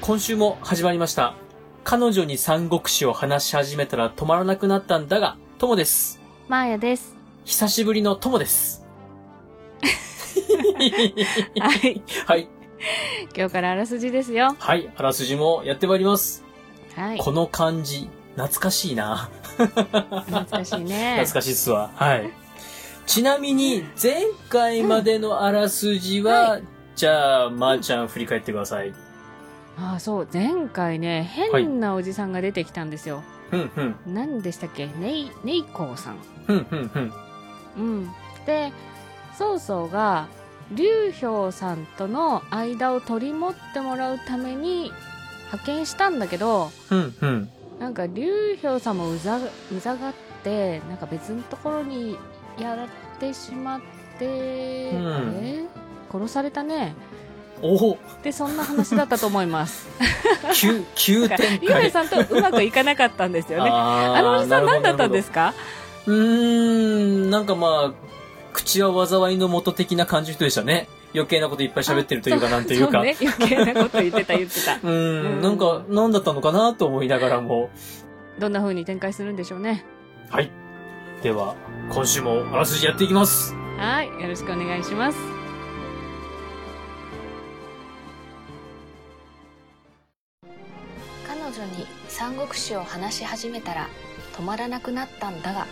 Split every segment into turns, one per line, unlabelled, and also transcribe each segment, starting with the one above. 今週も始まりました。彼女に三国志を話し始めたら止まらなくなったんだが、ともです。
マーヤです。
久しぶりのともです。
はい。
はい。
今日からあらすじですよ。
はい。あらすじもやってまいります。
はい。
この漢字、懐かしいな。
懐かしいね
懐。かしいっすわ。はい。ちなみに、前回までのあらすじは、じゃあ、まー、ちゃん振り返ってください。
ああ、そう。前回ね、
はい
変なおじさんが出てきたんですよ。
うん、うん、
何でしたっけネイ、ネイコーさん。
うん、うん、うん。
うん。で、曹操が、劉氷さんとの間を取り持ってもらうために派遣したんだけど、
うん、うん。
なんか劉氷さんもうざうざがってなんか別のところにやられてしまって、
うん
あれ殺されたね
お お
でそんな話だったと思います
急、急
だから
展
劉氷
開。
さんとうまくいかなかったんですよね
あー
あのおじさん何だったんです
か
か
うーん、なんかまあ、口は災いの元的な感じの人でしたね。余計なこといっぱい喋ってるというか、なんていう
そ
か。
うね 余計なこと言ってた言ってた
うー、
うんん
なんか、何だったのかなと思いながらも。
どんな風に展開するんでしょうね
はい。では、今週もあらすじやっていきます。
はいよろしくお願いします
彼女に三国志を話し始めたら止まらなくなったんだが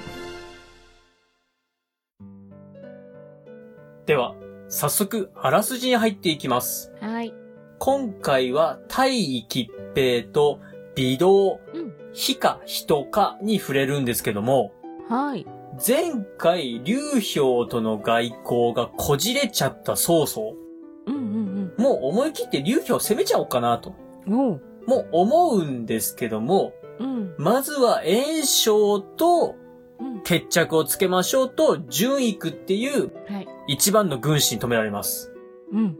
では、早速、あらすじに入っていきます。
はい
今回は、大尉吉平と微動、
うん
非か人かに触れるんですけども、
はい
前回、劉氷との外交がこじれちゃった曹操。
うんうん
もう思い切って劉氷攻めちゃおうかなと。
うんおう
もう思うんですけども、
うん
まずは炎章と
うん
決着をつけましょうと、純育っていう
はい
一番の軍師に止められます。
うん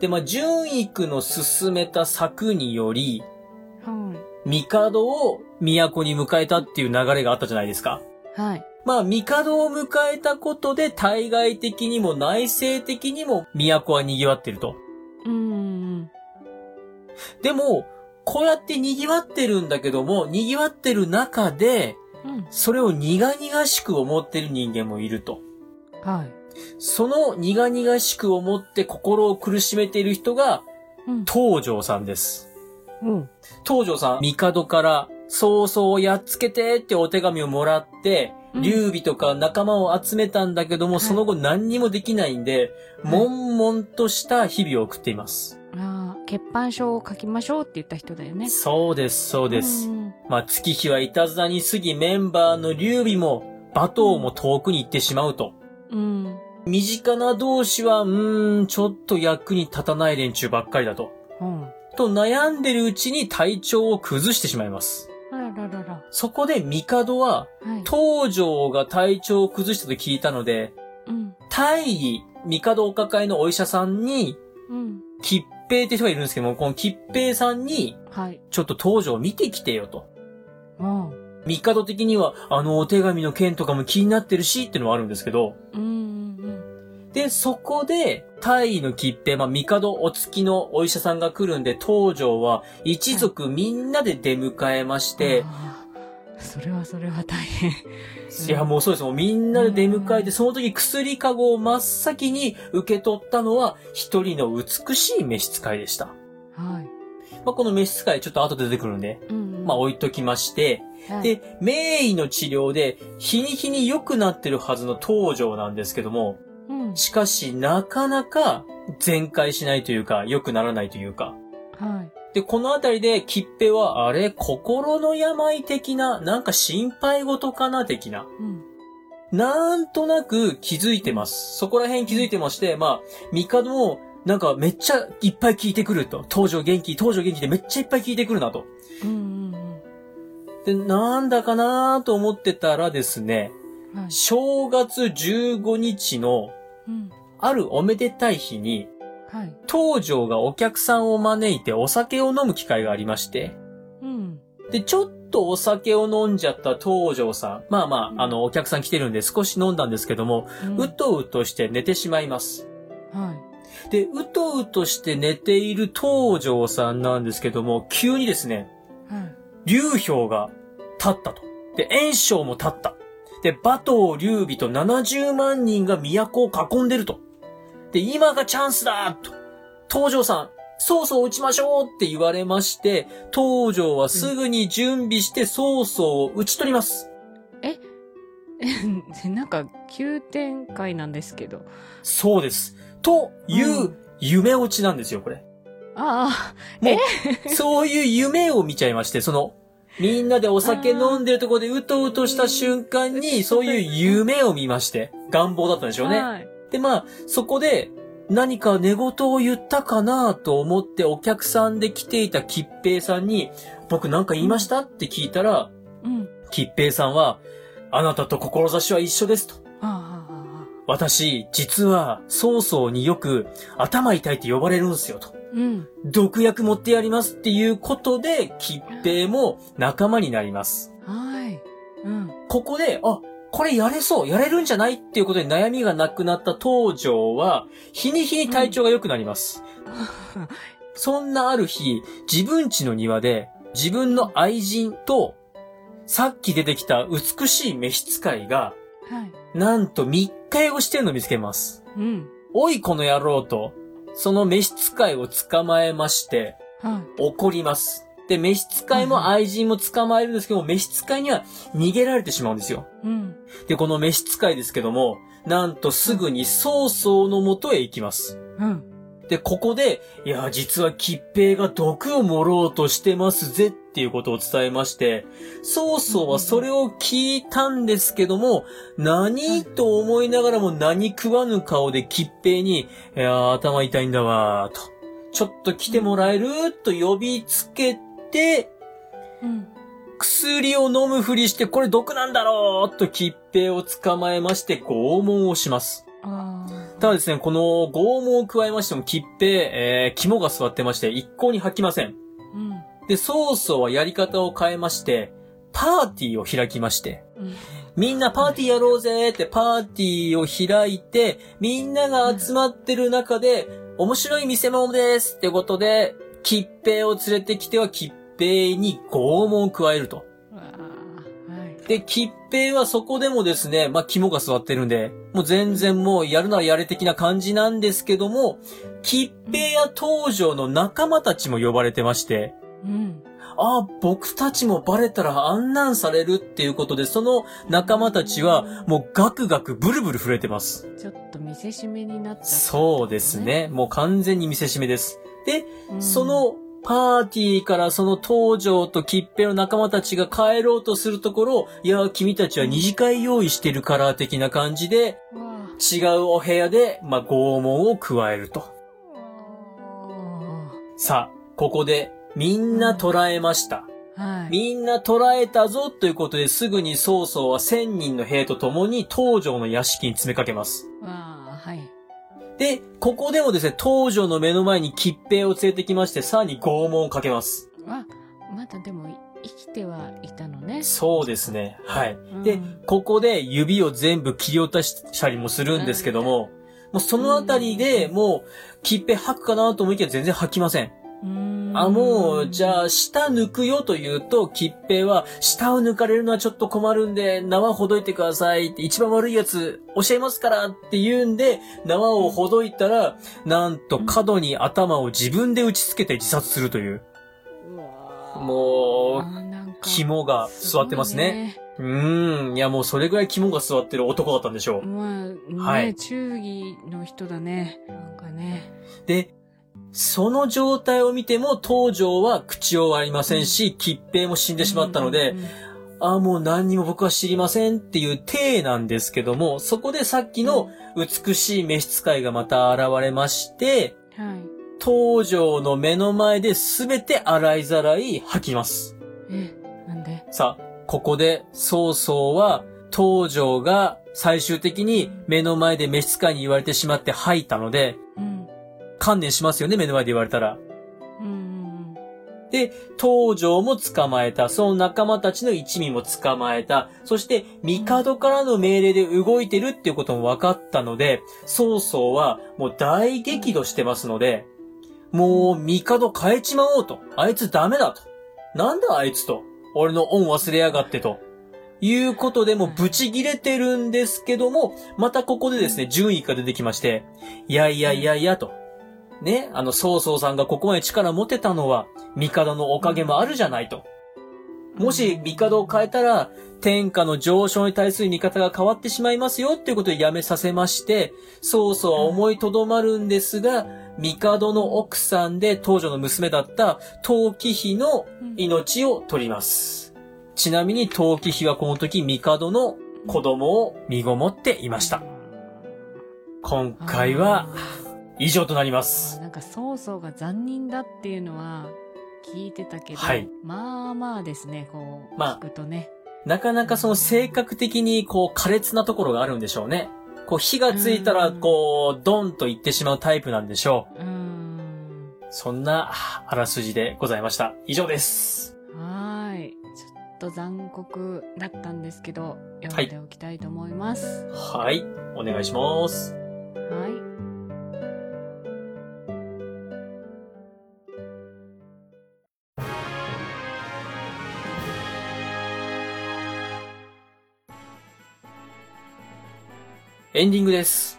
で、まあ、純育の進めた策により、
は
帝を都に迎えたっていう流れがあったじゃないですか。
いはい
まあ、帝を迎えたことで、対外的にも内政的にも都は賑わってると。
うんうん
でも、こうやって賑わってるんだけども、賑わってる中で、
うん
それを苦々しく思ってる人間もいると。
はい。
その苦々しく思って心を苦しめている人が、
うん。
東条さんです。
うん。
東条さん、帝から、曹操をやっつけてってお手紙をもらって、
うん
劉備とか仲間を集めたんだけども、
はい
その後何にもできないんで、悶々とした日々を送っています。
ああ、欠板書を書きましょうって言った人だよね。
そうです、そうです。
うん
まあ、月日はいたずらに過ぎメンバーの劉備も、馬頭も遠くに行ってしまうと。
うん。
身近な同士は、うーん、ちょっと役に立たない連中ばっかりだと。
うん。あ
と悩んでるうちに体調を崩してしまいます。
らららら。
そこで帝は、
はい。
東条が体調を崩したと聞いたので、
うん。
大尉、帝お抱えのお医者さんに、
うん。
吉平って人がいるんですけども、この吉平さんに、
はい。
ちょっと東条を見てきてよと。
うん。
帝的には、あのお手紙の件とかも気になってるし、ってのもあるんですけど。
うんうん。
で、そこで、大尉の吉平、まあ、帝お月のお医者さんが来るんで、東条は一族みんなで出迎えまして、
ああ、それはそれは大変。
い、や、もうそうです。もうみんなで出迎えて、その時薬かごを真っ先に受け取ったのは、一人の美しい召使いでした。
はい。
まあ、この召使いちょっと後で出てくるんで、
うん。
まあ、置いときまして、
はい、
で、名医の治療で、日に日に良くなってるはずの東条なんですけども、
うん。
しかし、なかなか全開しないというか、良くならないというか。
はい。
で、このあたりで、吉平は、あれ、心の病的な、なんか心配事かな、的な。
うん。
なんとなく気づいてます。そこら辺気づいてまして、まあ、帝も、なんかめっちゃいっぱい聞いてくると。東条元気、東条元気でめっちゃいっぱい聞いてくるなと。
うんうん
で、なんだかなと思ってたらですね、
うん。はい。
正月15日の、
うん。
あるおめでたい日に、
はい。
東条がお客さんを招いてお酒を飲む機会がありまして、
うん。
で、ちょっとお酒を飲んじゃった東条さん、まあまあ、あの、お客さん来てるんで少し飲んだんですけども、
うん
うとうとして寝てしまいます。
はい。
で、うとうとして寝ている東條さんなんですけども、急にですね、
うん。
流氷が立ったと。で、炎章も立った。で、馬頭劉備と70万人が都を囲んでると。で、今がチャンスだと。東条さん、曹操を撃ちましょうって言われまして、東条はすぐに準備して曹操を撃ち取ります。
で なんか、急展開なんですけど。
そうです。というう夢落ちなんですよ、これ。
あ
もう、 そういう夢を見ちゃいまして、その、みんなでお酒飲んでるとこでうとうとした瞬間 に、そういう夢を見まして、願望だったんでし
あ、
ょうね。
はい。
で、まあ、そこで、何か寝言を言ったかなと思ってお客さんで来ていた吉平さんに、僕なんか言いましたって聞いたら、
うん。
吉平さんは、あなたと志は一緒ですと。
ああ、あ
私、実は、曹操によく、頭痛いって呼ばれるんですよと。
あ、うん。
毒薬持ってやりますっていうことで、吉平も仲間になります。
はい。うん。
ここで、あ、これやれそう、やれるんじゃないっていうことで悩みがなくなった東条は、日に日に体調が良くなります。そんなある日、自分家の庭で、自分の愛人と、さっき出てきた美しい召使いが、
はい。
なんと密会をしてるのを見つけます。
うん。
おいこの野郎と、その召使いを捕まえまして、
はい。
怒ります。で、召使いも愛人も捕まえるんですけども、召使いには逃げられてしまうんですよ。
うん。
で、この召使いですけども、なんとすぐに曹操の元へ行きます。
うん。
で、ここで、いや、実は吉平が毒を盛ろうとしてますぜっていうことを伝えまして、曹操はそれを聞いたんですけども、何と思いながらも何食わぬ顔で吉平に、いやー、頭痛いんだわーと、ちょっと来てもらえると呼びつけて、
うん。
薬を飲むふりして、これ毒なんだろうと吉平を捕まえまして、拷問をします。
あ
ただですね、この拷問を加えましても、吉平、えー、肝が座ってまして、一向に吐きません。
あ。うん。
で、曹操はやり方を変えまして、パーティーを開きまして、
うん
みんなパーティーやろうぜーってパーティーを開いて、みんなが集まってる中で、面白い見せ物ですってことで、吉平を連れてきては吉平に拷問を加えると。
わあ。はい。
で、吉平はそこでもですね、まあ、肝が座ってるんで、もう全然もうやるならやれ的な感じなんですけども、吉平や東条の仲間たちも呼ばれてまして、
うん。
ああ、僕たちもバレたらあんなんされるっていうことで、その仲間たちはもうガクガクブルブル震えてます。
ちょっと見せしめになっちゃった。
そうです。ね。もう完全に見せしめです。で、
うん
そ、のパーティーからその東条と吉平の仲間たちが帰ろうとするところ、いや、君たちは二次会用意してるから的な感じで、
わあ。
違うお部屋で、まあ、拷問を加えると。さあ、ここで、みんな捕らえました。
はい。
みんな捕らえたぞということですぐに曹操は千人の兵と共に東条の屋敷に詰めかけます。
わあ、はい。
で、ここでもですね、東条の目の前に吉平を連れてきまして、さらに拷問をかけます。
あ、まだでもい生きてはいたのね。
そうですね。はい。で、
うん
ここで指を全部切り落としたりもするんですけども、もうそのあたりでもう、切っぺ吐くかなと思いきや全然吐きません。
うーん
あ、もう、じゃあ、舌抜くよと言うと、切っぺは、舌を抜かれるのはちょっと困るんで、縄ほどいてくださいって、一番悪いやつ、教えますからって言うんで、縄をほどいたら、なんと角に頭を自分で打ちつけて自殺するという、
うわあ
もう
あなんか
肝が座ってますね。うーん。いや、もうそれぐらい肝が座ってる男だったんでしょ
す
う。
ごいね。まあ、
は
ね、
い
忠義の人だね。なんかね。
で、その状態を見ても、東条は口を割りませんし、吉平も死んでしまったので、
うんうんうん、
ああ、もう何にも僕は知りませんっていう体なんですけども、そこでさっきの美しい召使いがまた現れまして、
はい。
東条の目の前で全て洗いざらい吐きます。
え、なんで
さあ、ここで曹操は東条が最終的に目の前で召使いに言われてしまって吐いたので、
うん。
観念しますよね、目の前で言われたら。
うんうんうん。
で、東条も捕まえた。その仲間たちの一味も捕まえた。そして、帝からの命令で動いてるっていうことも分かったので、曹操はもう大激怒してますので、もう帝変えちまおうと。あいつダメだと。なんだあいつと。俺の恩忘れやがってと。いうことでもうブチギレてるんですけども、またここでですね、順位が出てきまして、いやいやいやいやと。ね、あの、曹操さんがここまで力持てたのは、帝のおかげもあるじゃないと。もし、帝を変えたら、天下の上昇に対する見方が変わってしまいますよっていうことでやめさせまして、曹操は思いとどまるんですが、帝の奥さんで当女の娘だった陶器妃の命を取ります。ちなみに陶器妃はこの時帝の子供を身ごもっていました。今回は以上となります。
なんか曹操が残忍だっていうのは聞いてたけど、
はい
まあまあですねこう
まあ
聞くとね、
なかなかその性格的にこう苛烈なところがあるんでしょうね。こう火がついたらこうドンと行ってしまうタイプなんでしょう。
うーん
そんなああらすじでございました。以上です。
はーいちょっと残酷だったんですけど読んでおきたいと思います
はい。お願いします。
はい
エンディングです。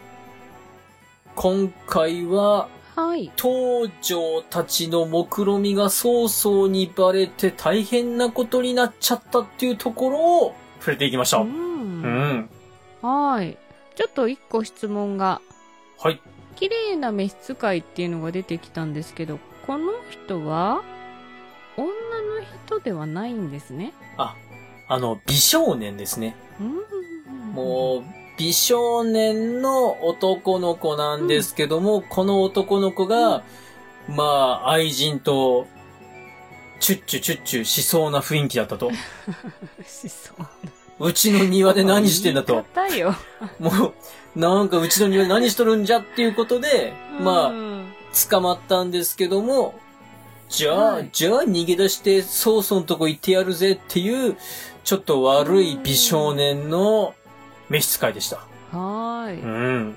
今回は、
はい
東条たちの目論みが早々にバレて大変なことになっちゃったっていうところを触れていきまし
う
た。うん。
んはーいちょっと一個質問が
はい。
綺麗な召使いっていうのが出てきたんですけどこの人は女の人ではないんですね
あの、美少年ですね。
うん
もう、美少年の男の子なんですけども、この男の子が、まあ、愛人と、チュッチュチュッチュしそうな雰囲気だったと。
しそう
うちの庭で何してんだと。
硬いよ。
もう、なんかうちの庭で何しとるんじゃっていうことで、まあ、
あ、
捕まったんですけども、じゃあ、
はい
じゃあ逃げ出して曹操のとこ行ってやるぜっていう、ちょっと悪い美少年の召使いでした。
はーい。
う
わ
ん。
か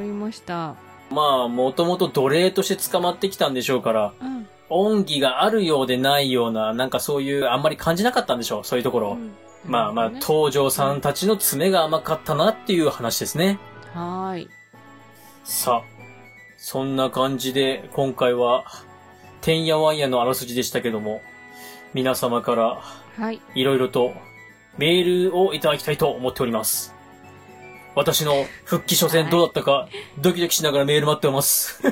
りました。
まあ、もともと奴隷として捕まってきたんでしょうから、
うん。
恩義があるようでないような、なんかそういう、あんまり感じなかったんでしょう、そういうところ。まあまあ、東条さんたちの爪が甘かったなっていう話ですね。
はーい。
さあ、そんな感じで、今回は、てんやわんやのあらすじでしたけども、皆様から
はい。
いろいろとメールをいただきたいと思っております。私の復帰初戦どうだったか、ドキドキしながらメール待っております。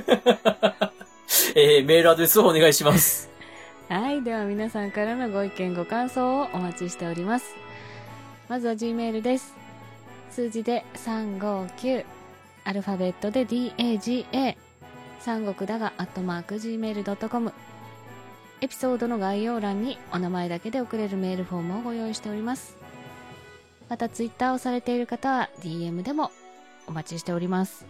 えー、メールアドレスをお願いします。
はい。では皆さんからのご意見、ご感想をお待ちしております。まずは G メールです。数字で359。アルファベットで DAGA。三国だが、アットマーク Gmail.com。エピソードの概要欄にお名前だけで送れるメールフォームをご用意しております。また、ツイッターをされている方は DM でもお待ちしております。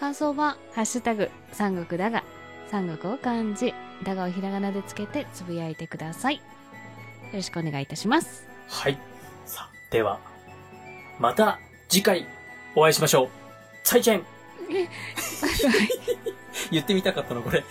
感想は、ハッシュタグ、三国だが、三国を漢字、だがをひらがなでつけてつぶやいてください。よろしくお願いいたします。
はい。さあ、では、また次回お会いしましょう。再見 言ってみたかったの、これ。